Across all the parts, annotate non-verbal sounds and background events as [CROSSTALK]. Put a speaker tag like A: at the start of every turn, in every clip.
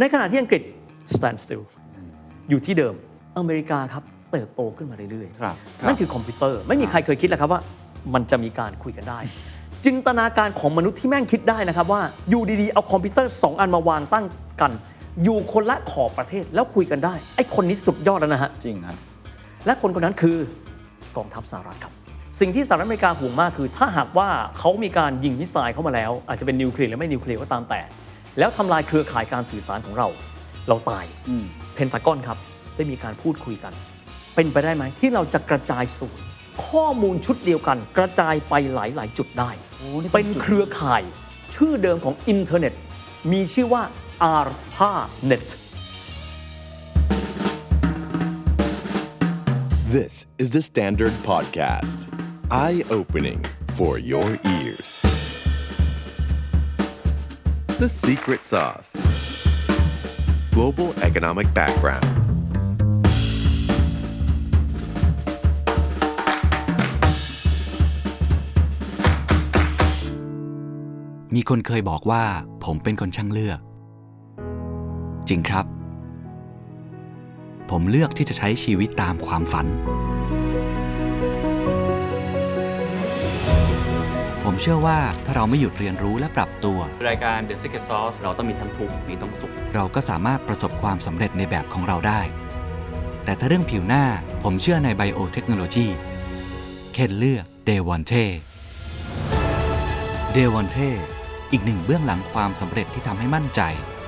A: ในขณะที่อังกฤษ stand still อยู่ที่เดิมอเมริกาครับเติบโตขึ้นมาเรื่อย
B: ครับ
A: นั่นคือคอมพิวเตอร์ ไม่มีใครเคยคิดแล้วครับว่า มันจะมีการคุยกันได้ จินตนาการของมนุษย์ที่แม่งคิดได้นะครับว่าอยู่ดีๆ เอาคอมพิวเตอร์ 2 อันมาวางตั้งกัน อยู่คนละขอบประเทศแล้วคุยกันได้ ไอ้คนนี้สุดยอดแล้วนะฮะ
B: จริงครับ
A: และคนคนนั้นคือกองทัพสหรัฐครับ สิ่งที่สหรัฐอเมริกาห่วงมากคือ ถ้าหากว่าเขามีการยิงมิสไซล์เข้ามาแล้ว อาจจะเป็นนิวเคลียร์หรือไม่นิวเคลียร์ก็ตามแต่ แล้วทำลายเครือข่ายการสื่อสารของเรา เราตาย
B: อืม
A: เพนทากอนครับ ได้มีการพูดคุยกัน เป็นไปได้ไหมที่เราจะกระจายศูนย์ข้อมูลชุดเดียวกัน กระจายไปหลาย ๆ จุดได้
B: โอ้นี่เป็
A: เป็น น
B: จุด
A: เครือข่าย ชื่อเดิมของอินเทอร์เน็ต มีชื่อว่า ARPANET
C: This is the Standard Podcast. Eye opening for your ears. The Secret Sauce Global Economic Background.
D: ๆ มีคนเคยบอกว่าผมเป็นคนช่างเลือก จริงครับ ผมเลือกที่จะใช้ชีวิตตามความฝัน ผมเชื่อว่าถ้าเราไม่หยุดเรียนรู้และปรับตัว
E: รายการ The Secret Sauce เราต้องมีทั้งทุกข์มีต้องสุข
D: เราก็สามารถประสบความสำเร็จในแบบของเราได้ แต่ถ้าเรื่องผิวหน้าผมเชื่อในไบโอเทคโนโลยีเคนเลือกเดวอนเทเดวอนเทอีกหนึ่งเบื้องหลังความสำเร็จที่ทำให้มั่นใจ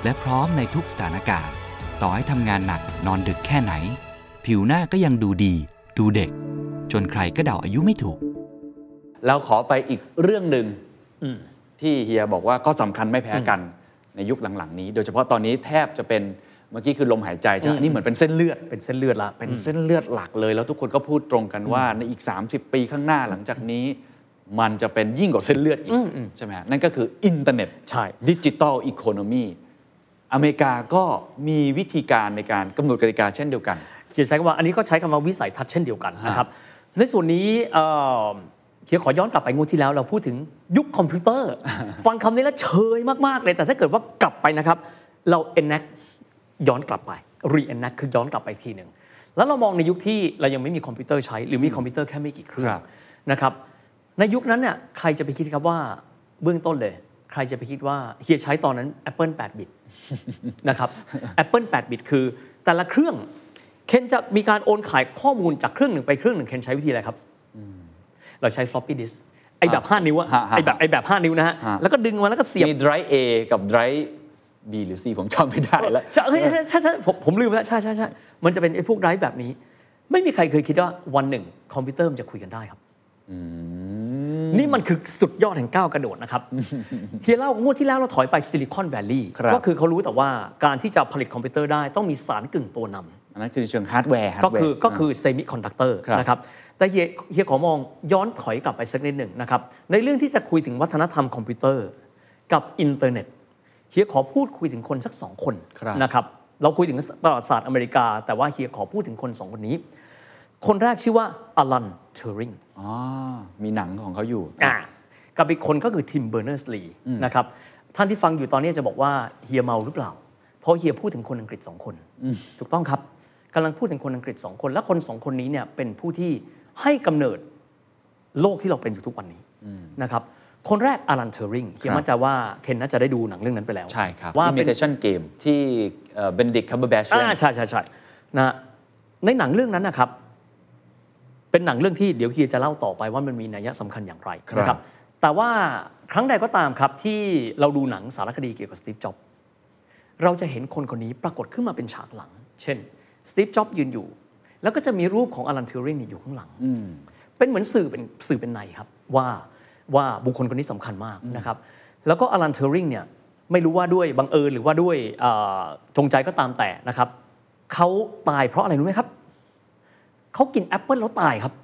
D: และพร้อมในทุกสถานการณ์ ต่อให้ทำงานหนักนอนดึกแค่ไหน ผิวหน้าก็ยังดูดี ดูเด็ก จนใครก็เดาอายุไม่ถูก
B: เราขอไปอีกเรื่องหนึ่งที่เฮียบอกว่าก็สำคัญไม่แพ้กันในยุคหลังๆ นี้ โดยเฉพาะตอนนี้แทบจะเป็นเมื่อกี้คือลมหายใจใช่ไหมอันนี่เหมือนเป็นเส้นเลือด
A: เป็นเส้นเลือดละ
B: เป็นเส้นเลือดหลักเลย แล้วทุกคนก็พูดตรงกันว่าในอีก 30 ปีข้างหน้าหลังจากนี้ มันจะเป็นยิ่งกว่าเส้นเลือดอีก ใช่ไหมฮะนั่นก็คืออินเทอร์เน็ต
A: ใช่
B: ดิจิตอลอีโคโนมีอเมริกาก็มีวิธีการในการกำหนดกติกาเช่นเดียวกัน
A: เขียนใช้คำว่าอันนี้ก็ใช้คำว่าวิสัยทัศน์เช่นเดียวกันนะครับ ในส่วนนี้เอ่อเขียนขอย้อนกลับไปงวดที่แล้วเราพูดถึงยุคคอมพิวเตอร์ ฟังคำนี้แล้วเชยมากๆเลย แต่ถ้าเกิดว่ากลับไปนะครับ เรา enact ย้อนกลับไป re enact คือย้อนกลับไปอีกทีหนึ่งแล้วเรามองในยุคที่เรายังไม่มีคอมพิวเตอร์ใช้ หรือมีคอมพิวเตอร์แค่ไม่กี่เครื่อ
B: ค
A: ง
B: รับ
A: นะครับ ในยุคนั้นเนี่ยใครจะไปคิดครับว่าเบื้องต้นเลย ใครจะไปคิดว่าเฮียใช้ตอนนั้น Apple 8 บิต [LAUGHS] นะครับ Apple 8 บิตคือ แต่ละเครื่อง เคนจะมีการโอนขายข้อมูลจากเครื่องหนึ่งไปเครื่องหนึ่งเคนใช้วิธีอะไรครับ เราใช้ floppy disk ไอแบบ 5 นิ้วอะ
B: ฮะฮะ
A: ไอแบบไอแบบ 5 นิ้วนะฮะ
B: ฮะ
A: แล้วก็ดึงมาแล้วก็เสียบ
B: มี drive A กับ drive B หรือ C ผมจำไม่ได้แล้ว
A: ใช่เฮ้ยใช่ใช่ใช่ผมผมลืมไปแล้วใช่ใช่ใช่มันจะเป็นไอ้พวกไร้แบบนี้ ไม่มีใครเคยคิดว่าวันหนึ่ง คอมพิวเตอร์มันจะคุยกันได้ครับนี่มันคือสุดยอดแห่งก้าวกระโดดนะครับ เฮียเล่างวดที่แล้วเราถอยไปซิลิคอนแวลลีย์
B: ครับ
A: ก็คือเขารู้แต่ว่าการที่จะผลิตคอมพิวเตอร์ได้ต้องมีสารกึ่งตัวนำ
B: อันนั้นคือในเชิงฮาร์ดแวร์
A: ก็คือก็คือเซมิคอนดักเตอร์
B: ครับ
A: นะครับ แต่เฮียเฮียขอมองย้อนถอยกลับไปสักนิดหนึ่งนะครับ ในเรื่องที่จะคุยถึงวัฒนธรรมคอมพิวเตอร์ กับอินเทอร์เน็ตเฮียขอพูดคุยถึงคนสักสองคนนะครับ เราคุยถึงประวัติศาสตร์อเมริกา แต่ว่าเฮียขอพูดถึงคนสองคนนี้ คนแรกชื่อว่าอลันทูริง
B: อ๋อมีหนังของเขาอยู่
A: อ่ากับอีกคนก็คือทิมเบอร์เนอร์สลีนะครับ ท่านที่ฟังอยู่ตอนนี้จะบอกว่าเฮียเมาหรือเปล่า เพราะเฮียพูดถึงคนอังกฤษสองคน ถูกต้องครับกำลังพูดถึงคนอังกฤษสองคน และคนสองคนนี้เนี่ยเป็นผู้ที่ให้กำเนิดโลกที่เราเป็นอยู่ทุกวันนี้นะครับ คนแรกอลันเทอริงเฮีย
B: ครับ
A: มั่นใจว่าเคนน่าจะได้ดูหนังเรื่องนั้นไปแล้ว
B: ใช่ครับ
A: ว่าเป็น
B: imitation game ที่เบนดิกคัมเบอร์แบช
A: อ่าใช่ใช่ใช่นะฮะในหนังเรื่องนั้นนะครับ เป็นหนังเรื่องที่เดี๋ยวเฮียจะเล่าต่อไปว่ามันมีนัยสำคัญอย่างไร
B: ครับ
A: นะครับ แต่ว่าครั้งใดก็ตามครับที่เราดูหนังสารคดีเกี่ยวกับสตีฟจ็อบส์เราจะเห็นคนคนนี้ปรากฏขึ้นมาเป็นฉากหลัง เช่นสตีฟจ็อบส์ยืนอยู่ แล้วก็จะมีรูปของอลันทิวริงเนี่ยอยู่ข้างหลัง เป็นเหมือนสื่อเป็นสื่อเป็นในครับ ว่าว่าบุคคลคนนี้สำคัญมากนะครับ แล้วก็อลันเทอริงเนี่ยไม่รู้ว่าด้วยบังเอิญหรือว่าด้วยเอ่อจงใจก็ตามแต่นะครับเขาตายเพราะอะไรรู้ไหมครับ เขากินแอปเปิลแล้วตายครับ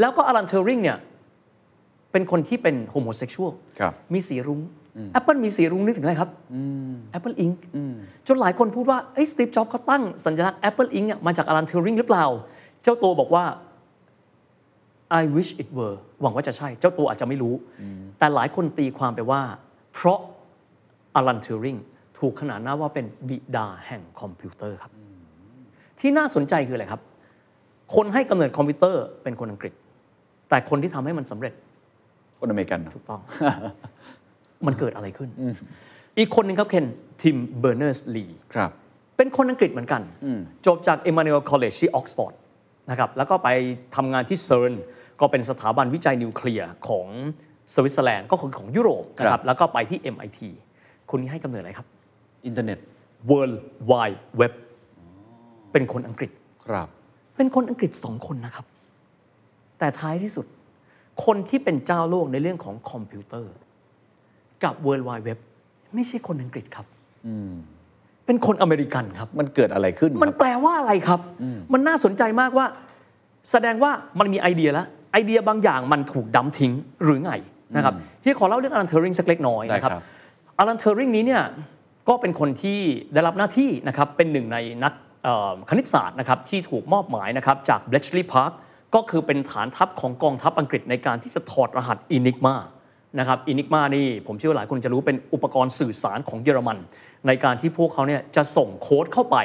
A: แล้วก็อลันเทอริงเนี่ยเป็นคนที่เป็นโฮโมเซ็กชวล
B: ครับ
A: มีสีรุ้งแอปเปิลมีสีรุ้งนึกถึงอะไรครับแอปเปิลอิงจนหลายคนพูดว่าเอ้ยสตีฟจ็อบเขาตั้งสัญลักษณ์แอปเปิลอิงเนี่ยมาจากอลันเทอริงหรือเปล่า เจ้าตัวบอกว่า I wish it were หวังว่าจะใช่ เจ้าตัวอาจจะไม่รู้ แต่หลายคนตีความไปว่า เพราะอลันเทอริง ถูกขนานนามว่าเป็นบิดาแห่งคอมพิวเตอร์ครับ ที่น่าสนใจคืออะไรครับ คนให้กำเนิดคอมพิวเตอร์เป็นคนอังกฤษ แต่คนที่ทำให้มันสำเร็จ
B: คนอเมริกันเนอะ
A: ถูก [LAUGHS] ต้อง มันเกิดอะไรขึ้น อีกคนหนึ่งครับเคนทิมเบอร์เนอร์สลี
B: ครับ
A: เป็นคนอังกฤษเหมือนกัน จบจาก Emmanuel College ที่ออกซฟอร์ดนะครับแล้วก็ไปทำงานที่เซิร์นก็เป็นสถาบันวิจัยนิวเคลียร์ของสวิตเซอร์แลนด์ก็คือของยุโรปนะค
B: ครั
A: รับบ แล้วก็ไปที่ MIT คนนี้ให้กำเนิดอะไรครับ
B: อินเทอร์เน็ต
A: World Wide Web เป็นคนอังกฤษ
B: ครับ
A: เป็นคนอังกฤษสองคนนะครับ แต่ท้ายที่สุด คนที่เป็นเจ้าโลกในเรื่องของคอมพิวเตอร์ กับ World Wide Web ไม่ใช่คนอังกฤษครับเป็นคนอเมริกันครับ
B: มันเกิดอะไรขึ้น
A: มัน
B: ครับ
A: แปลว่าอะไรครับ มันน่าสนใจมากว่า แสดงว่ามันมีไอเดียแล้ว ไอเดียบางอย่างมันถูกดัมทิ้งหรือไงนะครับที่ขอเล่าเรื่องอลันเทอริงสักเล็กน้อย
B: ได้
A: นะ
B: ค
A: ค
B: รั
A: รับ บ อลันเทอริงนี้เนี่ยก็เป็นคนที่ได้รับหน้าที่นะครับเป็นหนึ่งในนักเอ่อคณิตศาสตร์นะครับที่ถูกมอบหมายนะครับจาก Bletchley Park ก็คือเป็นฐานทัพของกองทัพอังกฤษในการที่จะถอดรหัส Enigma นะครับ Enigma นี่ผมเชื่อว่าหลายคนจะรู้เป็นอุปกรณ์สื่อสารของเยอรมัน ในการที่พวกเขาเนี่ยจะส่งโค้ดเข้าไป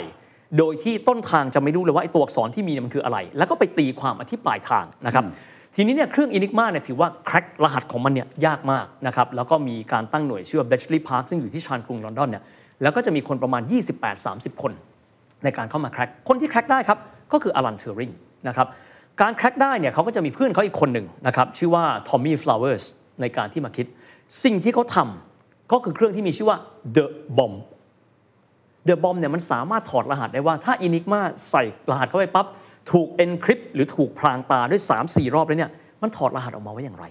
A: โดยที่ต้นทางจะไม่รู้เลยว่าไอ้ตัวอักษรที่มีเนี่ยมันคืออะไร แล้วก็ไปตีความอธิปลายทางนะครับ ทีนี้เนี่ยเครื่อง Enigma เนี่ยถือว่าแคร็กรหัสของมันเนี่ยยากมากนะครับแล้วก็มีการตั้งหน่วยชื่อ Bletchley Park ซึ่งอยู่ที่ชานกรุงลอนดอนเนี่ยแล้วก็จะมีคนประมาณ 28-30 คน ในการเข้ามาแคร็กคนที่แคร็กได้ครับก็คืออลันเทอริงนะครับการแคร็กได้เนี่ยเขาก็จะมีเพื่อนเขาอีกคนหนึ่งนะครับชื่อว่าทอมมี่ฟลาวเวอร์สในการที่มาคิด สิ่งที่เขาทำก็คือเครื่องที่มีชื่อว่า The Bomb เดอะบอมเนี่ยมันสามารถถอดรหัสได้ว่าถ้าอินิกมาใส่รหัสเข้าไปปั๊บ ถูก Encrypt หรือถูกพรางตาด้วย 3-4 รอบแล้วเนี่ย มันถอดรหัสออกมาว่าอย่างไร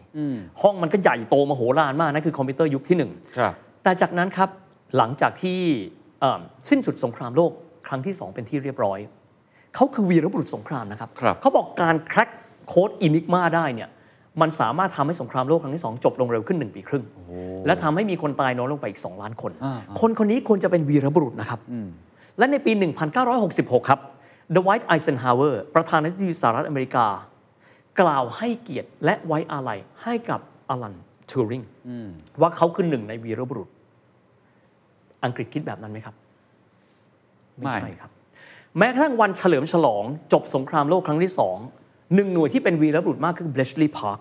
A: ห้องมันก็ใหญ่โตมโหฬารมากนั่นคือคอมพิวเตอร์ยุคที่ 1
B: ครับ
A: แต่จากนั้นครับ หลังจากที่เอ่อสิ้นสุดสงครามโลกครั้งที่ 2 เป็นที่เรียบร้อย เขาคือวีรบุรุษสงครามนะครับ
B: ครับ
A: เขาบอกการแคร็กโค้ดอินิกมาได้เนี่ยมันสามารถทำให้สงครามโลกครั้งที่ 2 จบลงเร็วขึ้น 1 ปีครึ่ง และทำให้มีคนตายน้อยลงไปอีก 2 ล้านคน คนคนนี้ควรจะเป็นวีรบุรุษนะครับ และในปี 1966 ครับดไวท์ไอเซนฮาวเวอร์ประธานาธิบดีสหรัฐอเมริกา กล่าวให้เกียรติและไว้อาลัยให้กับอลันทูริงว่าเขาคือหนึ่งในวีรบุรุษ อังกฤษคิดแบบนั้นไหมครับ ไม่
B: ไม่
A: ใช่ครับ แม้กระทั่งวันเฉลิมฉลองจบสงครามโลกครั้งที่สองหนึ่งหน่วยที่เป็นวีรบุรุษมากคือ Bletchley Park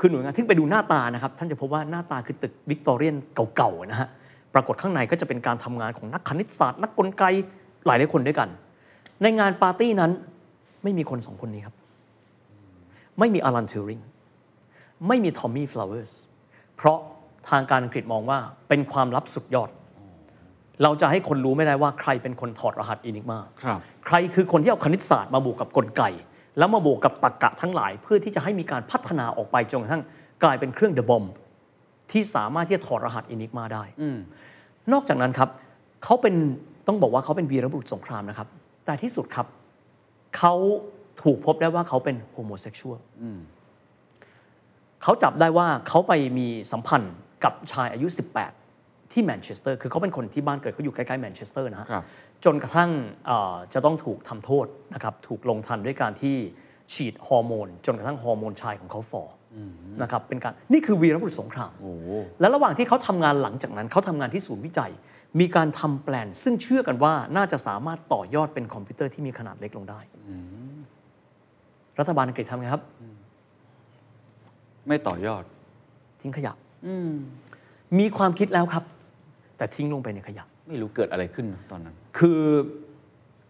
A: คือหน่วยงานที่ไปดูหน้าตานะครับ ท่านจะพบว่าหน้าตาคือตึกวิกตอเรียนเก่าๆนะฮะปรากฏข้างในก็จะเป็นการทำงานของนักคณิตศาสตร์ นักกลไกหลายหลายๆคนด้วยกัน ในงานปาร์ตี้นั้นไม่มีคนสองคนนี้ครับ ไม่มีอลันทูริงไม่มีทอมมี่ฟลาวเวอร์สเพราะทางการอังกฤษมองว่าเป็นความลับสุดยอด เราจะให้คนรู้ไม่ได้ว่าใครเป็นคนถอดรหัสอินิกมา
B: ครับ
A: ใครคือคนที่เอาคณิตศาสตร์มาบวกกับกลไก แล้วมาบวกกับตรรกะทั้งหลาย เพื่อที่จะให้มีการพัฒนาออกไปจนกระทั่งกลายเป็นเครื่องเดอะบอมที่สามารถที่จะถอดรหัสอินิกมาได้ นอกจากนั้นครับเขาเป็นต้องบอกว่าเขาเป็นวีรบุรุษสงครามนะครับ แต่ที่สุดครับเขาถูกพบได้ว่าเขาเป็นโฮโมเซ็กชวลเขาจับได้ว่าเขาไปมีสัมพันธ์กับชายอายุ 18 ที่แมนเชสเตอร์ คือเขาเป็นคนที่บ้านเกิดเขาอยู่ใกล้ๆแมนเชสเตอร์นะฮะ
B: ครับ
A: จนกระทั่งเอ่อจะต้องถูกทำโทษนะครับถูกลงทันด้วยการที่ฉีดฮอร์โมน จนกระทั่งฮอร์โมนชายของเขาฝ่ออนะครับเป็นการนี่คือวีรบุรุษสงคราม และระหว่างที่เขาทำงานหลังจากนั้นเขาทำงานที่ศูนย์วิจัย มีการทำแปลน ซึ่งเชื่อกันว่าน่าจะสามารถต่อยอดเป็นคอมพิวเตอร์ที่มีขนาดเล็กลงได้ รัฐบาลอังกฤษทำไงครับ
B: ไม่ต่อยอด
A: ทิ้งขยะมีความคิดแล้วครับ แต่ทิ้งลงไปในขยะ
B: ไม่รู้เกิดอะไรขึ้นนะตอนนั้น
A: คือ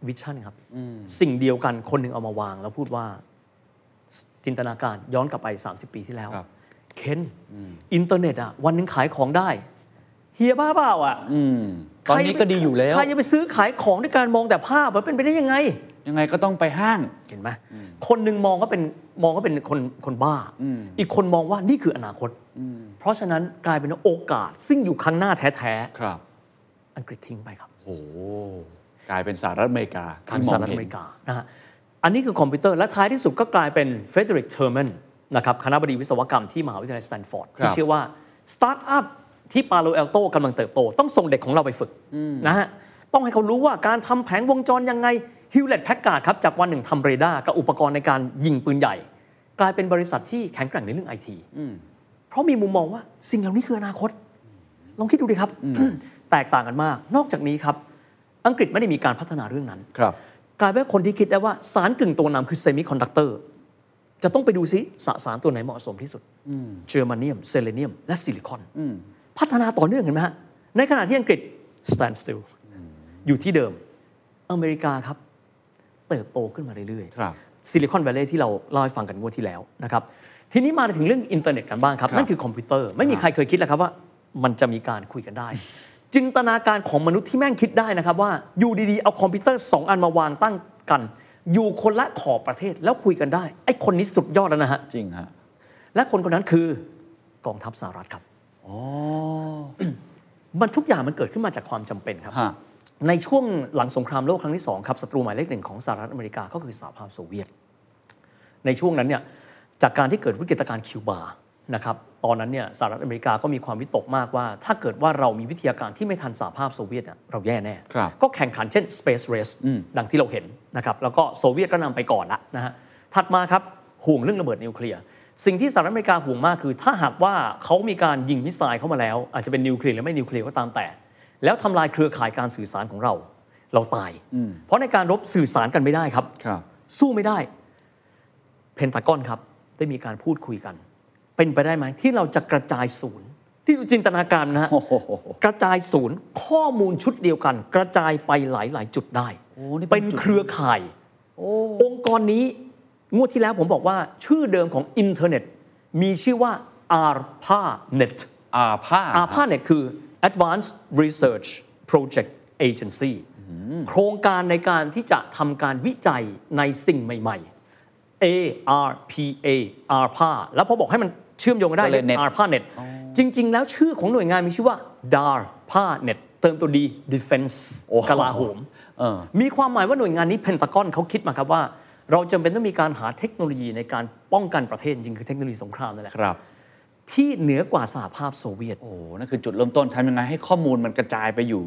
A: วิชั่นครับ สิ่งเดียวกันคนหนึ่งเอามาวางแล้วพูดว่าสจินตนาการย้อนกลับไป 30 ปีที่แล้ว
B: ครับ
A: เคนอินเทอร์เน็ตอะวันหนึ่งขายของได้ เฮียบ้าเปล่าอะ
B: อืมตอนนี้ก็ดีอยู่แล้ว
A: ใครจะไปซื้อขายของด้วยการมองแต่ภาพมันเป็นไปได้ยังไง
B: ยังไงก็ต้องไปห้าง
A: เห็นไหมคนหนึ่งมองก็เป็นมองก็เป็นคนคนบ้า อีกคนมองว่านี่คืออนาคต เพราะฉะนั้นกลายเป็นว่าโอกาส ซึ่งอยู่ข้างหน้าแท้
B: ครับ
A: ๆอังกฤษทิ้งไปครับ
B: โหกลายเป็นสหรัฐอเมริกา
A: ทาง
B: ที่
A: สหรัฐ
B: ง
A: อ
B: เน
A: เมริกานะฮะ อันนี้คือคอมพิวเตอร์ และท้ายที่สุดก็กลายเป็นเฟเดริกเทอร์แมนนะครับคณะบดีวิศวกรรมที่มหาวิทยาลัยสแตนฟอร์ดที่เชื่อว่าสตาร์ทอัพที่ปาโลเอลโตกำลังเติบโต ต้องส่งเด็กของเราไปฝึกนะฮะ ต้องให้เขารู้ว่าการทำแผงวงจรยังไงฮิวเลตแพ็กการ์ดครับ จากวันหนึ่งทำเรดาร์กับอุปกรณ์ในการยิงปืนใหญ่ กลายเป็นบริษัทที่แข็งแกร่งในเรื่องไอทีเพราะมีมุมมองว่าสิ่งเหล่านี้คืออนาคต ลองคิดดูดิครับ [COUGHS] แตกต่างกันมาก นอกจากนี้ครับ อังกฤษไม่ได้มีการพัฒนาเรื่องนั้น
B: ครับ
A: กลายเป็นว่าคนที่คิดได้ว่าสารกึ่งตัวนำคือเซมิคอนดักเตอร์จะต้องไปดูซิสสารตัวไหนเหมาะสมที่สุดเจอร์มาเนียมเซเลเนียม และซิลิคอนพัฒนาต่อเนื่องเห็นไหมฮะในขณะที่อังกฤษ stand still อยู่ที่เดิมอเมริกาครับ เติบโตขึ้นมาเรื่อย
B: ครับ
A: ๆซิลิคอนแวลลย์ที่เราเล่าให้ฟังกันงวดที่แล้วนะครับทีนี้มาถึงเรื่องอินเทอร์เน็ตกันบ้างครับ นั่นคือคอมพิวเตอร์ไม่มีใครเคยคิดแล้วครับว่า มันจะมีการคุยกันได้ จินตนาการของมนุษย์ที่แม่งคิดได้นะครับว่าอยู่ดีๆ เอาคอมพิวเตอร์สองอันมาวางตั้งกัน อยู่คนละขอบประเทศแล้วคุยกันได้ไอ้คนนี้สุดยอดแล้วนะฮะ
B: จริงฮะ
A: และคนคนนั้นคือกองทัพสหรัฐครับมันทุกอย่างมันเกิดขึ้นมาจากความจำเป็นครับ
B: ฮะ
A: ในช่วงหลังสงครามโลกครั้งที่ 2 ครับศัตรูหมายเลขหนึ่งของสหรัฐอเมริกาก็คือสหภาพโซเวียต ในช่วงนั้นเนี่ยจากการที่เกิดวิกฤตการณ์คิวบานะครับตอนนั้นเนี่ยสหรัฐอเมริกาก็มีความวิตกมากว่า ถ้าเกิดว่าเรามีวิทยาการที่ไม่ทันสหภาพโซเวียตเนี่ยเราแย่แน่
B: ครับ
A: ก็แข่งขันเช่น Space Race ดังที่เราเห็นนะครับแล้วก็โซเวียตก็นำไปก่อนละนะฮะถัดมาครับห่วงเรื่องระเบิดนิวเคลียร์ สิ่งที่สหรัฐอเมริกาห่วงมากคือ ถ้าหากว่าเขามีการยิงมิสไซล์เข้ามาแล้ว อาจจะเป็นนิวเคลียร์หรือไม่นิวเคลียร์ก็ตามแต่ แล้วทำลายเครือข่ายการสื่อสารของเรา เราตาย เพราะในการรบสื่อสารกันไม่ได้ครับ
B: ครับ
A: สู้ไม่ได้ เพนตากอนครับ ได้มีการพูดคุยกัน เป็นไปได้ไหมที่เราจะกระจายศูนย์ ที่จินตนาการนะฮะ
B: โอ้โห
A: กระจายศูนย์ข้อมูลชุดเดียวกัน กระจายไปหลาย ๆ จุดได้
B: นี่เป็
A: เป็น น
B: จุด
A: เครือข่าย องค์กรนี้ งวดที่แล้วผมบอกว่า ชื่อเดิมของอินเทอร์เน็ต มีชื่อว่า ARPANET
B: อาผ้า
A: ARPANET คือ Advanced Research Project Agency โครงการในการที่จะทำการวิจัยในสิ่งใหม่ ๆ ARPA ARPA แล้วพอบอกให้มันเชื่อมโยงกันได้
B: ก็เลย
A: เน็
B: net
A: ARPANET จริง ๆ แล้วชื่อของหน่วยงานมีชื่อว่า DARPANET เติมตัว D Defense
B: โอ้โห
A: กลาโหม
B: เออ
A: มีความหมายว่าหน่วยงานนี้เพนตากอนเขาคิดมาครับว่า เราจำเป็นต้องมีการหาเทคโนโลยีในการป้องกันประเทศจริงๆคือเทคโนโลยีสงครามนั่นแหละ
B: ครับ
A: ที่เหนือกว่าสหภาพโซเวียต
B: โอ้โหนั่นคือจุดเริ่มต้นทำยังไงให้ข้อมูลมันกระจายไปอยู่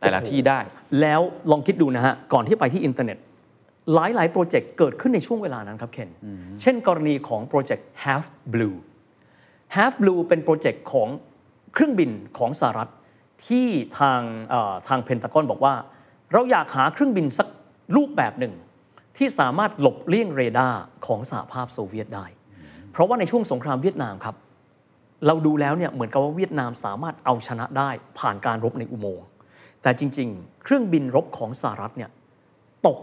B: แต่ละที่ได้
A: แล้วลองคิดดูนะฮะ ก่อนที่ไปที่อินเทอร์เน็ต หลาย ๆ โปรเจกต์เกิดขึ้นในช่วงเวลานั้นครับเคนเช่นกรณีของโปรเจกต์ Half Blue Half Blue เป็นโปรเจกต์ของเครื่องบินของสหรัฐ ที่ทางเอ่อทางเพนตากอนบอกว่า เราอยากหาเครื่องบินสักรูปแบบหนึ่ง ที่สามารถหลบเลี่ยงเรดาร์ของสหภาพโซเวียตได้ เพราะว่าในช่วงสงครามเวียดนามครับ เราดูแล้วเนี่ยเหมือนกับว่าเวียดนามสามารถเอาชนะได้ผ่านการรบในอุโมงค์ แต่จริง ๆ เครื่องบินรบของสหรัฐเนี่ยตก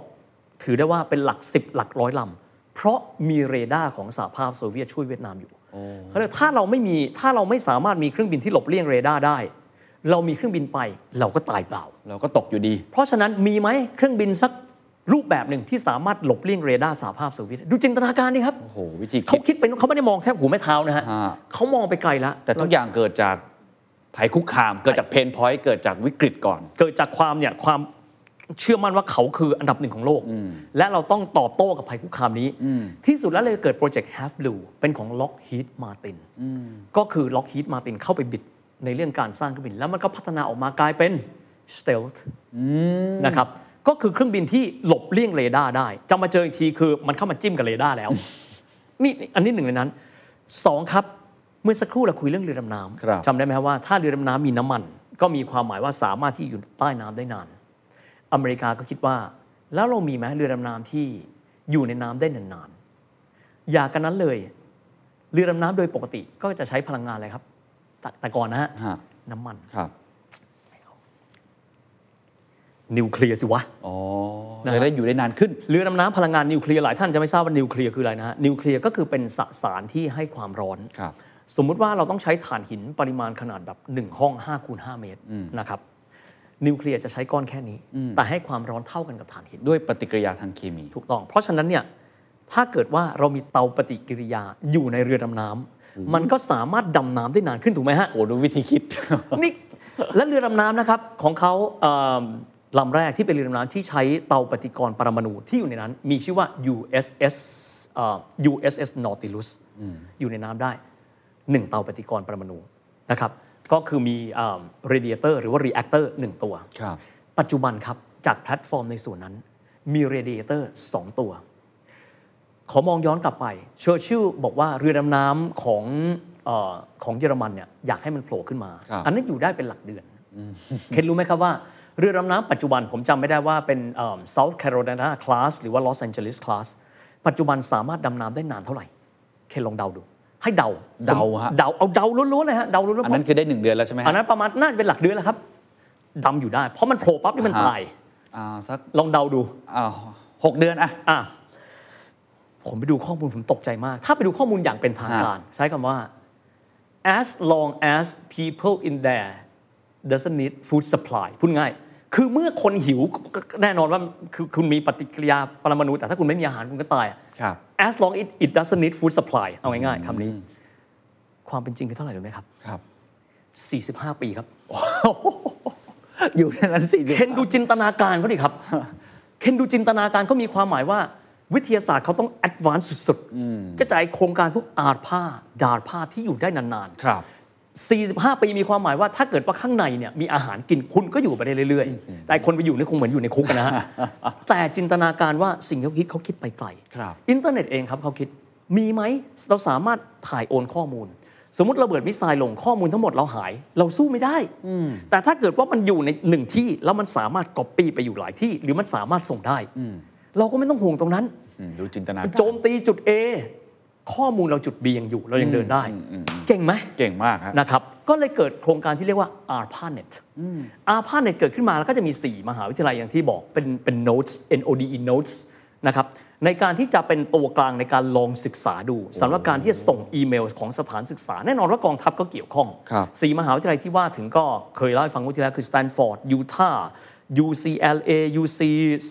A: ถือได้ว่าเป็นหลักสิบหลักร้อยลำ เพราะมีเรดาร์ของสหภาพโซเวียตช่วยเวียดนามอยู่เขาเรียกถ้าเราไม่มีถ้าเราไม่สามารถมีเครื่องบินที่หลบเลี่ยงเรดาร์ได้ เรามีเครื่องบินไปเราก็ตายเปล่า
B: เราก็ตกอยู่ดี
A: เพราะฉะนั้นมีไหมเครื่องบินสักรูปแบบหนึ่งที่สามารถหลบเลี่ยงเรดาร์สหภาพโซเวียตดูจินตนาการดิครับ
B: โอ้โห วิธีคิ
A: เขา
B: ด
A: คิดไปเขาไม่ได้มองแทบหูแม่เท้านะฮะ
B: อ่า
A: เขามองไปไกลแล้ว
B: แต่ทุกอย่างเกิดจากภัยคุกคาม เกิดจากเพนพอยต์ เกิดจากวิกฤตก่อน
A: เกิดจากความเนี่ยความเชื่อมั่นว่าเขาคืออันดับหนึ่งของโลก และเราต้องตอบโต้กับภัยคุกคามนี้ ที่สุดแล้วเลยเกิดโปรเจกต์ Half Blue เป็นของ Lockheed Martin ก็คือ Lockheed Martin เข้าไปบิดในเรื่องการสร้างเครื่องบิน แล้วมันก็พัฒนาออกมากลายเป็น Stealth นะครับก็คือเครื่องบินที่หลบเลี่ยงเรดาร์ได้ จะมาเจออีกทีคือมันเข้ามาจิ้มกับเรดาร์แล้ว นี่นี่อันนี้หนึ่งในนั้นสองครับ เมื่อสักครู่เราคุยเรื่องเรือดำน้
B: ครับ
A: ำจำได้ไหมครับว่าถ้าเรือดำน้ำมีน้ำมัน ก็มีความหมายว่าสามารถที่อยู่ใต้น้ำได้นาน อเมริกาก็คิดว่า แล้วเรามีไหมเรือดำน้ำที่อยู่ในน้ำได้นานๆอย่ากันนั้นเลย เรือดำน้ำโดยปกติก็จะใช้พลังงานอะไรครับ แต่แต่ก่อนนะฮะ
B: ฮะ
A: น้ำมัน
B: ครับ
A: นิวเคลียร์สิวะ
B: อ๋อ
A: นะฮะ
B: จะได้อยู่ได้นานขึ้น
A: เรือดำน้ำพลังงานนิวเคลียร์หลายท่านจะไม่ทราบว่านิวเคลียร์คืออะไรนะฮะนิวเคลียร์ก็คือเป็นสสารที่ให้ความร้อน
B: ครับ
A: สมมุติว่าเราต้องใช้ถ่านหินปริมาณขนาดแบบ 1 ห้อง5คูณ5เมตรนะครับนิวเคลียร์จะใช้ก้อนแค่นี้ แต่ให้ความร้อนเท่ากันกับถ่านหิน
B: ด้วยปฏิกิริยาทางเคมี
A: ถูกต้อง เพราะฉะนั้นเนี่ยถ้าเกิดว่าเรามีเตาปฏิกิริยาอยู่ในเรือดำน้ำมันก็สามารถดำน้ำได้นานขึ้นถูกไหมฮะ
B: โอ้โห ดูวิธีคิด
A: [LAUGHS] นี่และเรือดำน้ำนะครับของเขาเอิ่มลำแรกที่เป็นเรือดำน้ำที่ใช้เตาปฏิกรณ์ปรมาณูที่อยู่ในนั้น มีชื่อว่า USS เอ่อ USS Nautilus อยู่ในน้ำได้หนึ่งเตาปฏิกรณ์ปรมาณูนะครับก็คือมีเรเดียเตอร์หรือว่ารีแอคเตอร์หนึ่งตัว
B: ครับ
A: ปัจจุบันครับ จากแพลตฟอร์มในส่วนนั้น มีเรเดียเตอร์2ตัว ขอมองย้อนกลับไป เชอร์ชิลบอกว่าเรือดำน้ำของเออของเยอรมันเนี่ยอยากให้มันโผล่ขึ้นมา
B: ครับ
A: อันนั้นอยู่ได้เป็นหลักเดือน เคนรู้ไหมครับว่า เรือดำน้ำปัจจุบันผมจำไม่ได้ว่าเป็นเอิ่ม South Carolina Class หรือว่า Los Angeles Class ปัจจุบันสามารถดำน้ำได้นานเท่าไหร่ เคนลองเดาดู ให้เดา
B: เดาฮะ
A: เดาเอาเดาล้วนๆเลยฮะเดาล้วนๆ
B: อัน
A: เพราะ
B: นั้นคือได้หนึ่งเดือนแล้วใช่ไหมฮะ
A: อันนั้นประมาณน่าจะเป็นหลักเดือนแล้วครับดำอยู่ได้ เพราะมันโผล่ปั๊บนี่มันตาย
B: อ่าสัก
A: ลองเดาดู
B: อ่าหกเดือนอะ
A: อ่ะผมไปดูข้อมูลผมตกใจมาก ถ้าไปดูข้อมูลอย่างเป็นทางการ ใช้คำว่า as long as people in there doesn't need food supply พูดง่าย คือเมื่อคนหิวก็ก็แน่นอนว่าคือคุณมีปฏิกิริยาปรมาณูแต่ถ้าคุณไม่มีอาหารคุณก็ตายอะ
B: ครับ
A: as long it it doesn't need food supply เอาง่ายๆคำนี้ ความเป็นจริงคือเท่าไหร่รู้ไหมครั
B: ครับ
A: บ 45 ปีครับ
B: อยู่ในนั้นสี่เดือ
A: เคน
B: น
A: ดูจินตนาการเขาดิครับ เคนดูจินตนาการเขามีความหมายว่า วิทยาศาสตร์เขาต้องแอดวานซ์สุดๆกระจายโครงการพวกอาร์ตผ้า ดาดผ้าที่อยู่ได้นาน
B: ครับ
A: ๆ 45 ปีมีความหมายว่าถ้าเกิดว่าข้างในเนี่ยมีอาหารกินคุณก็อยู่ไปได้เรื่อยๆ แต่คนไปอยู่เนี่ยคงเหมือนอยู่ในคุกอะนะฮะ แต่จินตนาการว่าสิ่งที่เขาคิดเขาคิดไปไกล
B: ครับ
A: อินเทอร์เน็ตเองครับเขาคิดมีไหมเราสามารถถ่ายโอนข้อมูล สมมติระเบิดมิสไซล์ลงข้อมูลทั้งหมดเราหาย เราสู้ไม่ได้แต่ถ้าเกิดว่ามันอยู่ในหนึ่งที่แล้วมันสามารถก๊อปปี้ไปอยู่หลายที่ หรือมันสามารถส่งได้เราก็ไม่ต้องห่วงตรงนั้น
B: อืมดูจินตนาการ
A: โจมตีจุด A ข้อมูลเราจุด B ยังอยู่ เรายังเดินได้ เก่งไหม
B: เก่งมากครับ
A: นะครับ ก็เลยเกิดโครงการที่เรียกว่า ARPANET ARPANET เกิดขึ้นมาแล้วก็จะมี 4 มหาวิทยาลัยอย่างที่บอกเป็นเป็น notes NODE notes นะครับในการที่จะเป็นตัวกลางในการลองศึกษาดูสำหรับการที่จะส่งอีเมลของสถานศึกษา แน่นอนว่ากองทัพก็เกี่ยวข้อง
B: ครับ
A: สี่มหาวิทยาลัยที่ว่าถึงก็เคยเล่าให้ฟังเมื่อที่แล้วคือสแตนฟอร์ดยูทาห์ UCLA UC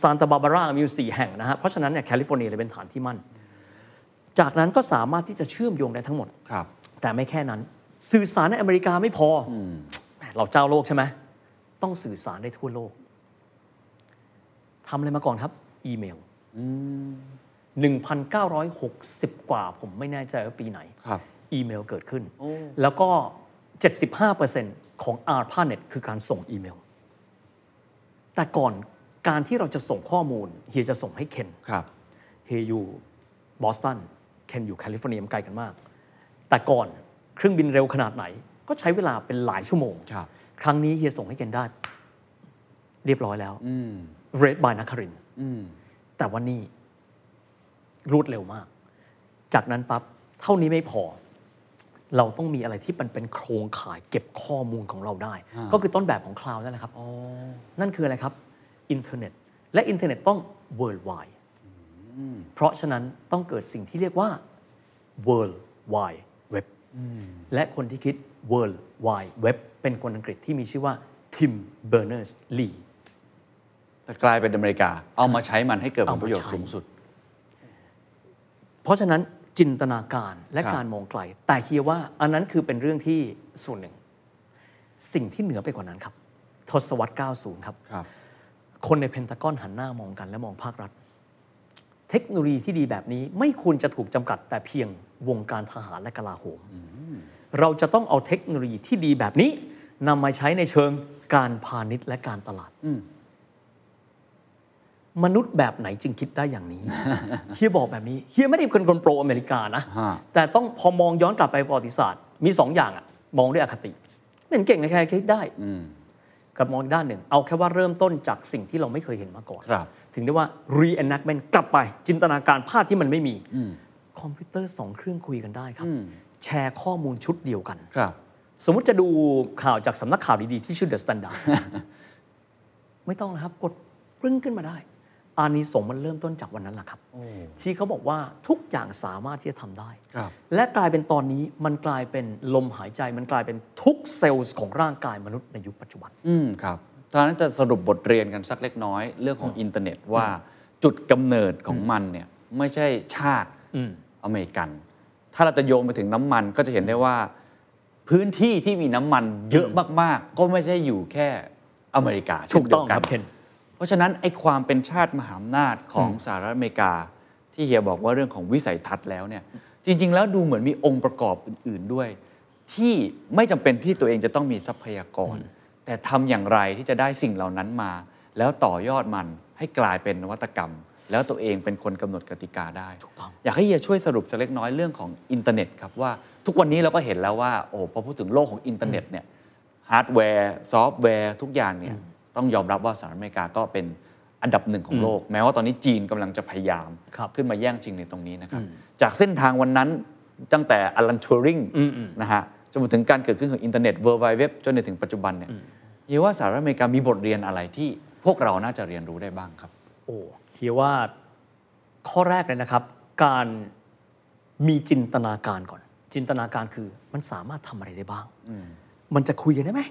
A: Santa Barbara มีอยู่สี่แห่งนะฮะเพราะฉะนั้นเนี่ยแคลิฟอร์เนียเลยเป็นฐานที่มั่น จากนั้นก็สามารถที่จะเชื่อมโยงได้ทั้งหมด
B: ครับ
A: แต่ไม่แค่นั้น สื่อสารในอเมริกาไม่พออแหม่เราเจ้าโลกใช่ไหม ต้องสื่อสารได้ทั่วโลกทำอะไรมาก่อนครับ อีเมล 1,960 กว่าผมไม่แน่ใจว่าปีไหน
B: ครับ
A: อีเมลเกิดขึ้น แล้วก็ 75%ของ r p a n e t คือการส่งอีเมล แต่ก่อนการที่เราจะส่งข้อมูลเฮียจะส่งให้เคน
B: ครับ
A: เฮยอยู่บอสตัน เคนอยู่แคลิฟอร์เนียมันไกลกันมาก แต่ก่อนเครื่องบินเร็วขนาดไหน ก็ใช้เวลาเป็นหลายชั่วโมง
B: ครับ
A: ครั้งนี้เฮียส่งให้เคนได้ เรียบร้อยแล้ว
B: อืม
A: เรดบายนักครินทร์
B: อืม
A: แต่ว่านี่รวดเร็วมาก จากนั้นปั๊บ เท่านี้ไม่พอ เราต้องมีอะไรที่มันเป็นโครงข่ายเก็บข้อมูลของเราได้ ก็คือต้นแบบของคลาวด์นั่นแหละครับ นั่นคืออะไรครับ อินเทอร์เน็ต และอินเทอร์เน็ตต้อง worldwide เพราะฉะนั้นต้องเกิดสิ่งที่เรียกว่า world wide web และคนที่คิด world wide web เป็นคนอังกฤษที่มีชื่อว่า Tim Berners-Lee
B: แต่กลายเป็นอเมริกา เอามาใช้มันให้เกิดผลประโยชน์
A: เอามาใช้
B: สูงสุด
A: เพราะฉะนั้นจินตนาการและ
B: ครับ
A: การมองไกล แต่เฮียว่าอันนั้นคือเป็นเรื่องที่ส่วนหนึ่ง สิ่งที่เหนือไปกว่านั้นครับ ทศวรรษ 90 ครับ
B: ครับ
A: คนในเพนทากอนหันหน้ามองกันและมองภาครัฐ เทคโนโลยีที่ดีแบบนี้ไม่ควรจะถูกจำกัดแต่เพียงวงการทหารและกลาโหม เราจะต้องเอาเทคโนโลยีที่ดีแบบนี้นำมาใช้ในเชิงการพาณิชย์และการตลาด มนุษย์แบบไหนจึงคิดได้อย่างนี้ [LAUGHS] เฮียบอกแบบนี้เฮียไม่ได้เป็นคนโปรอเมริกานะ
B: ฮะ
A: แต่ต้องพอมองย้อนกลับไปประวัติศาสตร์ มีสองอย่างอะมองด้วยอคติไม่เห็นเก่งเลยใครคิดได้
B: อืม
A: กับมองอีกด้านหนึ่ง เอาแค่ว่าเริ่มต้นจากสิ่งที่เราไม่เคยเห็นมาก่อน
B: ครับ
A: ถึงได้ว่า reenactment กลับไป จินตนาการภาพที่มันไม่มี คอมพิวเตอร์สองเครื่องคุยกันได้ครับ แชร์ข้อมูลชุดเดียวกัน
B: ครับ
A: สมมุติจะดูข่าวจากสำนักข่าวดี ๆ ที่ชื่อ The Standard ไม่ต้องนะครับ กดปรึ้งขึ้นมาได้ อานิสงส์มันเริ่มต้นจากวันนั้นแหละครับ ที่เขาบอกว่าทุกอย่างสามารถที่จะทำได้
B: ครับ
A: และกลายเป็นตอนนี้มันกลายเป็นลมหายใจ มันกลายเป็นทุกเซลล์ของร่างกายมนุษย์ในยุคปัจจุบัน
B: อืม ครับตอนนั้นจะสรุปบทเรียนกันสักเล็กน้อย เรื่องของอินเทอร์เน็ตว่าจุดกำเนิดของมันเนี่ย ไม่ใช่ชาติ
A: อืม
B: อเมริกัน ถ้าเราจะโยงไปถึงน้ำมันก็จะเห็นได้ว่า พื้นที่ที่มีน้ำมันเยอะมาก ๆ ก็ไม่ใช่อยู่แค่อเมริกา
A: ถู
B: เช่น
A: ก
B: เดี
A: ต้
B: ย
A: อ
B: ว
A: งค
B: กั
A: น รับเคน
B: เพราะฉะนั้นไอ้ความเป็นชาติมหาอำนาจของสหรัฐอเมริกา ที่เฮียบอกว่าเรื่องของวิสัยทัศน์แล้วเนี่ยจริง ๆ แล้วดูเหมือนมีองค์ประกอบอื่น ๆด้วย ที่ไม่จำเป็นที่ตัวเองจะต้องมีทรัพยากร แต่ทำอย่างไรที่จะได้สิ่งเหล่านั้นมา แล้วต่อยอดมันให้กลายเป็นนวัตกรรม แล้วตัวเองเป็นคนกำหนดกติกาได้
A: ถูกต้อง
B: อยากให้เฮียช่วยสรุปสักเล็กน้อยเรื่องของอินเทอร์เน็ตครับว่าทุกวันนี้เราก็เห็นแล้วว่าโอ้พอพูดถึงโลกของอินเทอร์เน็ตเนี่ย ฮาร์ดแวร์ ซอฟต์แวร์ ทุกอย่างเนี่ยต้องยอมรับว่าสหรัฐอเมริกาก็เป็นอันดับหนึ่งของโลก แม้ว่าตอนนี้จีนกำลังจะพยายาม
A: ครับ
B: ขึ้นมาแย่งชิงในตรงนี้นะครับ
A: อืม
B: จากเส้นทางวันนั้นตั้งแต่อลันทัวริง
A: อืมอืม
B: นะฮะจนถึงการเกิดขึ้นของอินเทอร์เน็ตเวิร์ลไวเว็บจนถึงปัจจุบันเนี่ยเฮียว่าสหรัฐอเมริกามีบทเรียนอะไรที่พวกเราน่าจะเรียนรู้ได้บ้างครับ
A: โอ้เฮียว่าข้อแรกเลยนะครับ การมีจินตนาการก่อน จินตนาการคือมันสามารถทำอะไรได้บ้าง มันจะคุยกันได้ไหม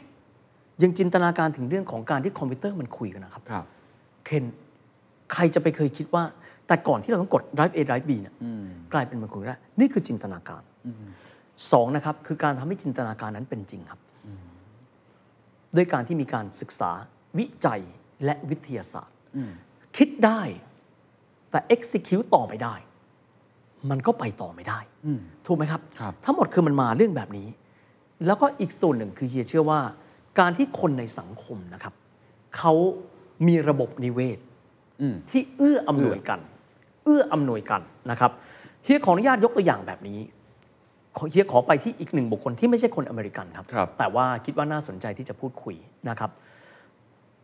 A: ยังจินตนาการถึงเรื่องของการที่คอมพิวเตอร์มันคุยกันนะครับ
B: ครับ
A: เคนใครจะไปเคยคิดว่า แต่ก่อนที่เราต้องกด drive A drive B เนี่ยกลายเป็นมันคุยได้นี่คือจินตนาการสองนะครับ คือการทำให้จินตนาการนั้นเป็นจริงครับ ด้วยการที่มีการศึกษาวิจัยและวิทยาศาสตร์ คิดได้แต่ execute ต่อไม่ได้ มันก็ไปต่อไม่ได้ ถูกไหมครับ
B: ครับ
A: ทั้งหมดคือมันมาเรื่องแบบนี้ แล้วก็อีกส่วนหนึ่งคือเฮียเชื่อว่า การที่คนในสังคมนะครับเขามีระบบนิเวศ
B: อืม
A: ที่เอื้ออำนวยกัน เอื้ออำนวยกันนะครับเฮียขออนุญาตยกตัวอย่างแบบนี้ขอเฮียขอไปที่อีกหนึ่งบุคคลที่ไม่ใช่คนอเมริกันครับ
B: ครับ
A: แต่ว่าคิดว่าน่าสนใจที่จะพูดคุยนะครับ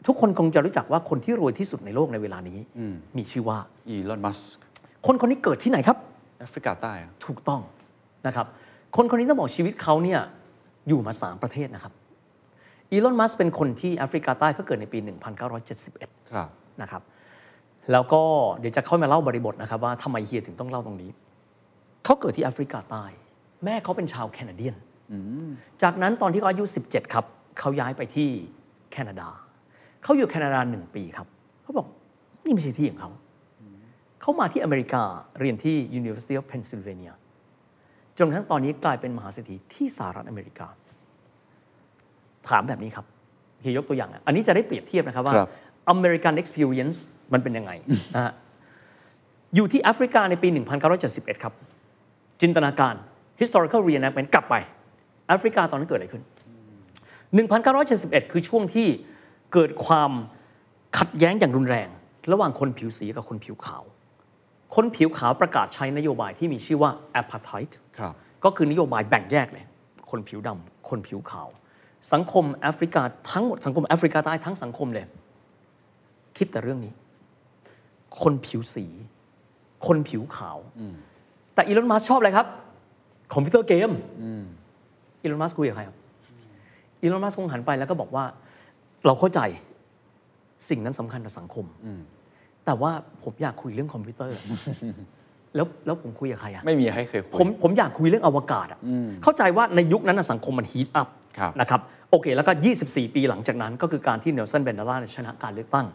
A: ทุกคนคงจะรู้จักว่าคนที่รวยที่สุดในโลกในเวลานี้มีชื่อว่า
B: อีลอนมัส
A: คนคนนี้เกิดที่ไหนครับ
B: แอฟริกาใต้อะ
A: ถูกต้องนะครับ คนคนนี้ต้องบอกชีวิตเขาเนี่ยอยู่มา 3 ประเทศนะครับ อีลอน มัสเป็นคนที่แอฟริกาใต้เขาเกิดในปี 1971
B: ครับ
A: นะครับแล้วก็เดี๋ยวจะค่อยมาเล่าบริบทนะครับว่าทำไมเฮียถึงต้องเล่าตรงนี้ เขาเกิดที่แอฟริกาใต้ แม่เขาเป็นชาวแคนาเดียน จากนั้นตอนที่เขาอายุ 17 ครับ เขาย้ายไปที่แคนาดา เขาอยู่แคนาดาหนึ่งปีครับ เขาบอกนี่ไม่ใช่ที่ของเขา เขามาที่อเมริกาเรียนที่ University of Pennsylvania จนกระทั่งตอนนี้กลายเป็นมหาเศรษฐีที่สหรัฐอเมริกา ถามแบบนี้ครับเฮียยกตัวอย่างนะอันนี้จะได้เปรียบเทียบนะครับว่า
B: ครับ
A: American Experience มันเป็นยังไงนะฮะอยู่ที่แอฟริกาในปี 1971 ครับ จินตนาการ historical reenactment กลับไปแอฟริกาตอนนั้นเกิดอะไรขึ้น 1971 คือช่วงที่เกิดความขัดแย้งอย่างรุนแรง ระหว่างคนผิวสีกับคนผิวขาว คนผิวขาวประกาศใช้นโยบายที่มีชื่อว่า apartheid
B: ครับ
A: ก็คือนโยบายแบ่งแยกเลย คนผิวดำ คนผิวขาว สังคมแอฟริกาทั้งหมดสังคมแอฟริกาใต้ทั้งสังคมเลย คิดแต่เรื่องนี้ คนผิวสี คนผิวขาว แต่อีลอนมัสชอบอะไรครับ คอมพิวเตอร์เกมอีลอนมัสคุยกับใครครับอีลอนมัสคงหันไปแล้วก็บอกว่า เราเข้าใจสิ่งนั้นสำคัญต่อสังคม แต่ว่าผมอยากคุยเรื่องคอมพิว [LAUGHS] เตอร์ แล้วแล้วผมคุยกับใครอะ
B: ไม่มีให้เคยคุย
A: ผมผมอยากคุยเรื่องอวกาศอะเข้าใจว่าในยุคนั้นนะสังคมมันฮีทอัพ
B: ครับ
A: นะครับ โอเค แล้วก็ 24 ปีหลังจากนั้นก็คือการที่เนลสันแบนเดลาเนี่ยชนะการเลือกตั้ง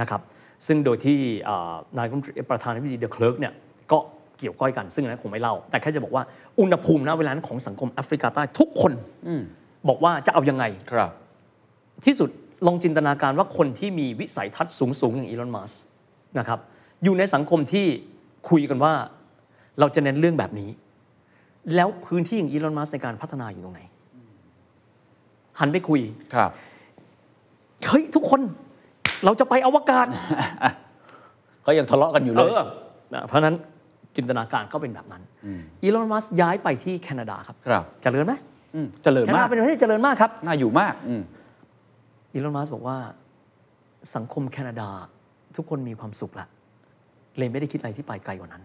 A: นะครับ ซึ่งโดยที่อ่านายกรัฐมนตรีประธานาธิบดีเดอะเคลิร์กเนี่ยก็เกี่ยวก้อยกันซึ่งอันนั้นคงไม่เล่า แต่แค่จะบอกว่าอุณหภูมิณเวลานั้นของสังคมแอฟริกาใต้ทุกคนบอกว่าจะเอายังไง
B: ครับ
A: ที่สุดลองจินตนาการว่าคนที่มีวิสัยทัศน์สูง ๆ อย่างอีลอนมัสนะครับอยู่ในสังคมที่คุยกันว่าเราจะเน้นเรื่องแบบนี้ แล้วพื้นที่อย่างอีลอนมัสในการพัฒนาอยู่ตรงไหน หันไปคุย
B: ครับ
A: เฮ้ย ทุกคนเราจะไปอวกาศ
B: ก็ยังทะเลาะกันอยู่เล
A: เอย อนะเพราะฉะนั้นจินตนาการก็เป็นแบบนั้นอีลอนมัสย้ายไปที่แคนาดาครับ
B: ครับ
A: เจริญไหม
B: อืมเจริญ
A: แคนา
B: มา
A: ดาก เป็นประเทศเจริญมากครับ
B: น่าอยู่มากอืม
A: อีลอนมัสบอกว่าสังคมแคนาดาทุกคนมีความสุขละเลยไม่ได้คิดอะไรที่ไปไกลกว่านั้น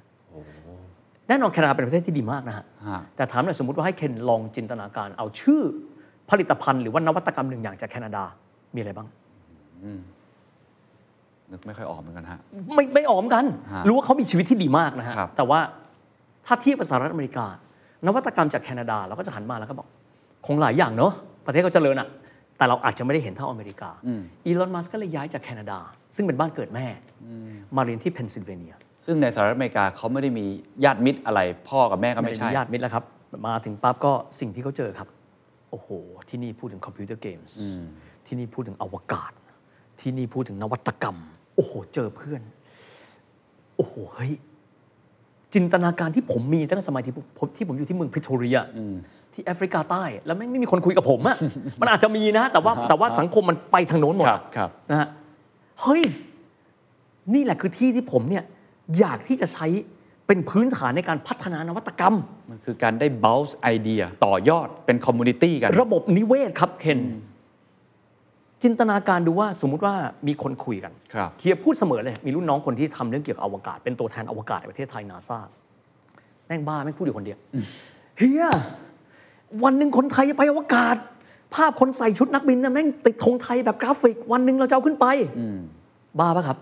A: แน่นอนแคนาดาเป็นประเทศที่ดีมากนะฮะ
B: ฮะ
A: แต่ถามหน่อยสมมติว่าให้เคนลองจินตนาการ เอาชื่อผลิตภัณฑ์หรือว่านวัตกรรมหนึ่งอย่างจากแคนาดา มีอะไรบ้าง
B: นึกไม่ค่อยออกเหมือนกันฮะ
A: ไม่ไม่ออมกัน
B: ฮะ
A: รู้ว่าเขามีชีวิตที่ดีมากนะฮะ
B: ครับ
A: แต่ว่าถ้าเทียบกับสหรัฐอเมริกา นวัตกรรมจากแคนาดาเราก็จะหันมาแล้วก็บอก คงหลายอย่างเนอะประเทศเขาเจริญอะแต่เราอาจจะไม่ได้เห็นเท่าอเมริกาอีลอนมัสก็เลยย้ายจากแคนาดา ซึ่งเป็นบ้านเกิดแม่ มาเรียนที่เพนซิลเวเนีย
B: ซึ่งในสหรัฐอเมริกาเขาไม่ได้มีญาติมิตรอะไร พ่อกับแม่ก็ไม่
A: ด้
B: ใช่
A: ญาติมิตรแล้วครับ มาถึงปั๊บก็สิ่งที่เขาเจอครับ โอ้โห ที่นี่พูดถึงคอมพิวเตอร์เกมส์ที่นี่พูดถึงอวกาศ ที่นี่พูดถึงนวัตกรรม โอ้โห เจอเพื่อน โอ้โห เฮ้ย จินตนาการที่ผมมีตั้งแต่สมัยที่ผมผมที่ผมอยู่ที่เมืองพิทโทเรียที่แอฟริกาใต้ แล้วไม่งไม่มีคนคุยกับผมอะ [LAUGHS] มันอาจจะมีนะ แต่ว่าแต่ว่าสังคมมันไปทางโน้นหมด
B: ครับ
A: อะ
B: ครับ
A: นะฮะเฮ้ย นี่แหละคือที่ที่ผมเนี่ยอยากที่จะใช้ เป็นพื้นฐานในการพัฒนานวัตกรรม
B: มันคือการได้ bounce ไอเดียต่อยอดเป็นคอมมูนิตี้กัน
A: ระบบนิเวศครับเคนจินตนาการดูว่าสมมุติว่ามีคนคุยกัน
B: ครับ
A: เฮียพูดเสมอเลย มีรุ่นน้องคนที่ทำเรื่องเกี่ยวกับอวกาศ เป็นตัวแทนอวกาศในประเทศไทยนาซาแม่งบ้าแม่งพูดอยู่คนเดียวเฮียวันหนึ่งคนไทยจะไปอวกาศ ภาพคนใส่ชุดนักบินนะแม่งติดธงไทยแบบกราฟิก วันหนึ่งเราจะเอาขึ้นไปบ้าปะครับ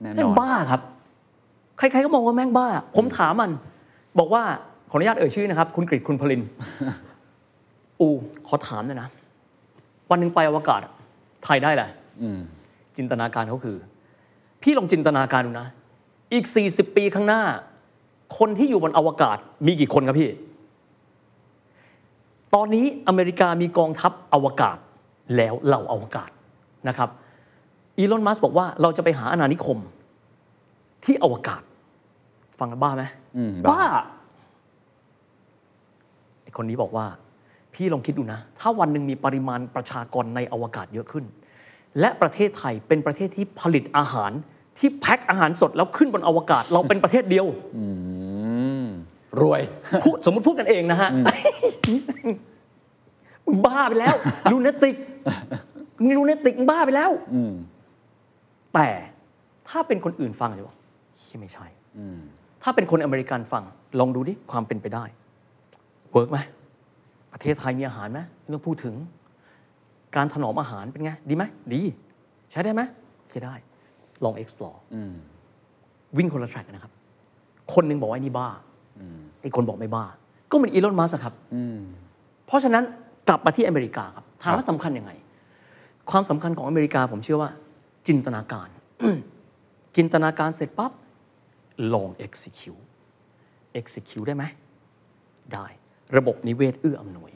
B: แน่น
A: แม่ง
B: อน
A: บ้าครับ ใครๆก็มองว่าแม่งบ้า ผมถามมัน บอกว่าขออนุญาตเอ่ยชื่อนะครับ คุณกริชคุณพลิน อูขอถามหน่อยนะ วันหนึ่งไปอวกาศอะไทยได้แหละ
B: อืม
A: จินตนาการเขาคือ พี่ลองจินตนาการดูนะ อีก 40 ปีข้างหน้า คนที่อยู่บนอวกาศมีกี่คนครับพี่ ตอนนี้อเมริกามีกองทัพอวกาศแล้วเหล่าอวกาศนะครับอีลอนมัสบอกว่าเราจะไปหาอาณานิคม ที่อวกาศ ฟังแล้วบ้าไหม
B: อืม
A: บ้าไอ้คนนี้บอกว่า พี่ลองคิดดูนะ ถ้าวันหนึ่งมีปริมาณประชากรในอวกาศเยอะขึ้น และประเทศไทยเป็นประเทศที่ผลิตอาหารที่แพ็คอาหารสดแล้วขึ้นบนอวกาศ เราเป็นประเทศเดียว
B: อืมรวย
A: [LAUGHS] พูดสมมติพูดกันเองนะฮะมึงบ้ [LAUGHS] าไปแล้วลูน
B: [LAUGHS]
A: ติกลูนติกบ้าไปแล้ว
B: อืม
A: แต่ถ้าเป็นคนอื่นฟังจะบอกเฮ้ยไม่ใช่
B: อืม
A: ถ้าเป็นคนอเมริกันฟัง ลองดูดิ ความเป็นไปได้ เวิร์กไหม ประเทศไทยมีอาหารไหมไม่ต้องพูดถึง การถนอมอาหารเป็นไง ดีไหม ดี ใช้ได้ไหมใช้ได้ ลอง explore
B: อืม
A: วิ่งคนละแทร็กนนะครับ คนหนึงบอกว่าไอ้นี่บ้าอีกคนบอกไม่บ้า ก็เหมือนอีลอนมัสครับ
B: อืม
A: เพราะฉะนั้นกลับมาที่อเมริกาครับถามว่าสำคัญยังไง ความสำคัญของอเมริกาผมเชื่อว่า จินตนาการ [COUGHS] จินตนาการเสร็จปั๊บ ลอง execute execute ได้ไหม ได้ ระบบนิเวศเอื้ออำนวย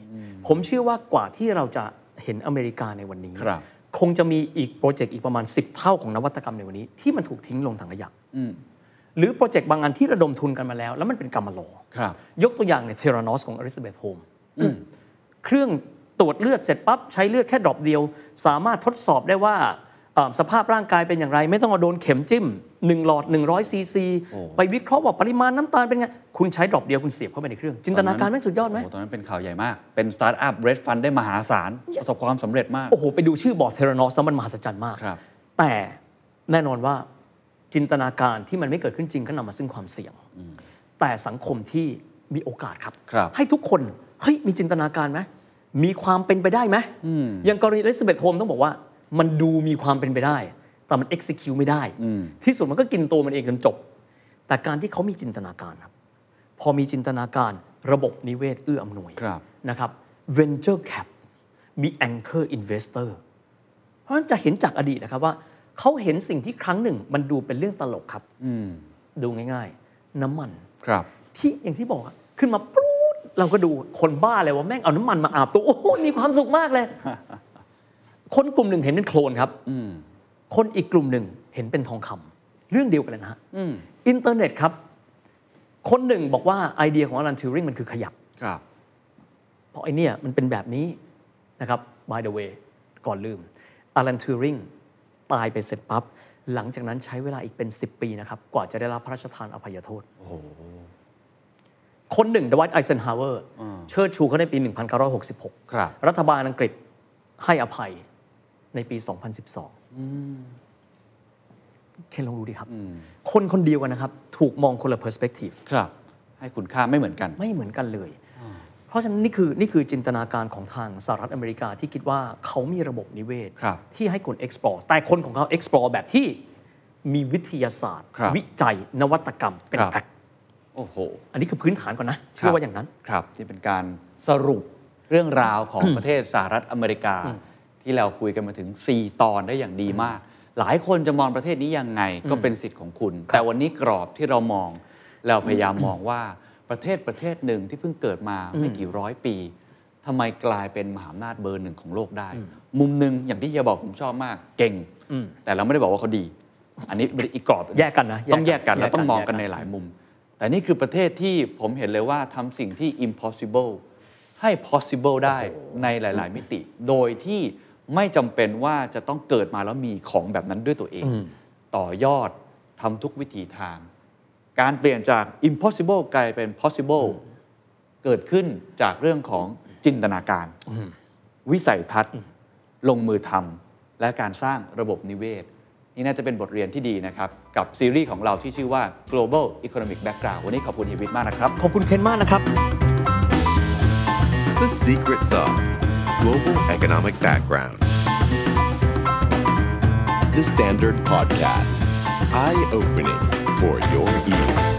A: ผมเชื่อว่ากว่าที่เราจะเห็นอเมริกาในวันนี้
B: ครับ
A: คงจะมีอีกโปรเจกต์อีกประมาณ 10 เท่าของนวัตกรรมในวันนี้ ที่มันถูกทิ้งลงถังขยะ
B: อืม
A: หรือโปรเจกต์บางอันที่ระดมทุนกันมาแล้ว แล้วมันเป็นกรรมะโล
B: ครับ
A: ยกตัวอย่างเนี่ยเทรานอสของอลิซาเบธโฮมเครื่องตรวจเลือดเสร็จปั๊บ ใช้เลือดแค่ดรอปเดียว สามารถทดสอบได้ว่าเอ่อสภาพร่างกายเป็นอย่างไร ไม่ต้องเอาโดนเข็มจิ้ม 1 หลอด 100ซีซี
B: โอ้
A: ไปวิเคราะห์ว่าปริมาณน้ำตาลเป็นไง คุณใช้ดรอปเดียวคุณเสียบเข้าไปในเครื่อง จินตนาการแม่งสุดยอดไหม
B: โตอนนั้นเป็นข่าวใหญ่มาก เป็นสตาร์ทอัพเรดฟันได้มหาศาล ประสบความสำเร็จมาก
A: โอ้โห ไปดูชื่อบอร์ดเทรานอสแล้วมันมหัศจรรย์มาก
B: ครับ
A: แต่แน่นอนว่าจินตนาการที่มันไม่เกิดขึ้นจริงก็นำมาซึ่งความเสี่ยง แต่สังคมที่มีโอกาสครับ
B: ครับ
A: ให้ทุกคนเฮ้ยมีจินตนาการไหมมีความเป็นไปได้ไหมอย่างกรณีเลสเบตโฮมต้องบอกว่า มันดูมีความเป็นไปได้ แต่มัน execute ไม่ได้
B: อืม
A: ที่สุดมันก็กินตัวมันเองจนจบ แต่การที่เขามีจินตนาการครับ พอมีจินตนาการระบบนิเวศเอื้ออำนวย
B: ครับ
A: นะครับ venture cap มี anchor investor เพราะฉะนั้นจะเห็นจากอดีตนะครับว่าเขาเห็นสิ่งที่ครั้งหนึ่งมันดูเป็นเรื่องตลกครับ
B: อืม
A: ดูง่ายๆ น้ำมัน
B: ครับ
A: ที่อย่างที่บอกอะขึ้นมาปรู๊ดเราก็ดูคนบ้าเลยว่าแม่งเอาน้ำมันมาอาบตัวโอ้โหมีความสุขมากเลย คนกลุ่มหนึ่งเห็นเป็นโคลนครับ
B: อืม
A: คนอีกกลุ่มหนึ่งเห็นเป็นทองคำเรื่องเดียวกันเลยนะฮะ
B: อืม
A: อินเทอร์เน็ตครับ คนหนึ่งบอกว่าไอเดียของอลันทิวริงมันคือขยะ
B: ครับ
A: เพราะไอเนี่ยมันเป็นแบบนี้นะครับ by the way ก่อนลืมอ l ลันทูริงตายไปเสร็จปับ๊บ หลังจากนั้นใช้เวลาอีกเป็น 10 ปีนะครับ กว่าจะได้รับพระราชทานอภัยโทษ คนหนึ่งดวัตไอเซนฮาวเวอร์
B: อ่า
A: เชิดชูเขาในปี 1966
B: ครับ
A: รัฐบาลอังกฤษให้อภัยในปี 2012เคนลองดูดิครับ คนคนเดียวกันนะครับ ถูกมองคนละเพอร์สเปกทีฟ
B: ครับ ให้คุณค่าไม่เหมือนกัน
A: ไม่เหมือนกันเลย เพราะฉะนั้นนี่คือนี่คือจินตนาการของทางสหรัฐอเมริกาที่คิดว่าเขามีระบบนิเวศ
B: ครับ
A: ที่ให้คน explore แต่คนของเขา explore แบบที่มีวิทยาศาสตร์
B: ครับ
A: วิจัยนวัตกรรมเป็น
B: ครับ
A: หลัก
B: โอ้โห
A: อันนี้คือพื้นฐานก่อนนะ เชื่อว่าอย่างนั้น
B: ครับที่เป็นการสรุปเรื่องราวของ ประเทศสหรัฐอเมริกา ที่เราคุยกันมาถึง 4 ตอนได้อย่างดีมาก หลายคนจะมองประเทศนี้ยังไงก็เป็นสิทธิ์ของคุณ แต่วันนี้กรอบที่เรามอง เราพยายามมองว่าประเทศ [COUGHS] ประเทศหนึ่งที่เพิ่งเกิดมาไม่กี่ร้อยปีทำไมกลายเป็นมหาอำนาจเบอร์หนึ่งของโลกได้ มุมหนึ่งอย่างที่เฮียบอกผมชอบมากเก่ง
A: อืม
B: แต่เราไม่ได้บอกว่าเขาดี อันนี้เป็นอีกกรอบหง
A: แยกกันนะ
B: ต้องแยกกัน
A: แยกกัน
B: แล้วต้องมองกัน
A: แยกกัน
B: ในหลายมุม แต่นี่คือประเทศที่ผมเห็นเลยว่าทำสิ่งที่ impossible ให้ possible ได้ในหลาย ๆ มิติ โดยที่ไม่จำเป็นว่าจะต้องเกิดมาแล้วมีของแบบนั้นด้วยตัวเอง ต่อยอดทำทุกวิถีทาง การเปลี่ยนจาก impossible กลายเป็น possible เกิดขึ้นจากเรื่องของจินตนาการ วิสัยทัศน์ลงมือทำและการสร้างระบบนิเวศ นี่น่าจะเป็นบทเรียนที่ดีนะครับ กับซีรีส์ของเราที่ชื่อว่า global economic background วันนี้ขอบคุณเฮยวิทมากนะครับ
A: ขอบคุณเคนมากนะครับ
C: The Secret Sauce Global Economic Background. The Standard Podcast. Eye opening for your ears.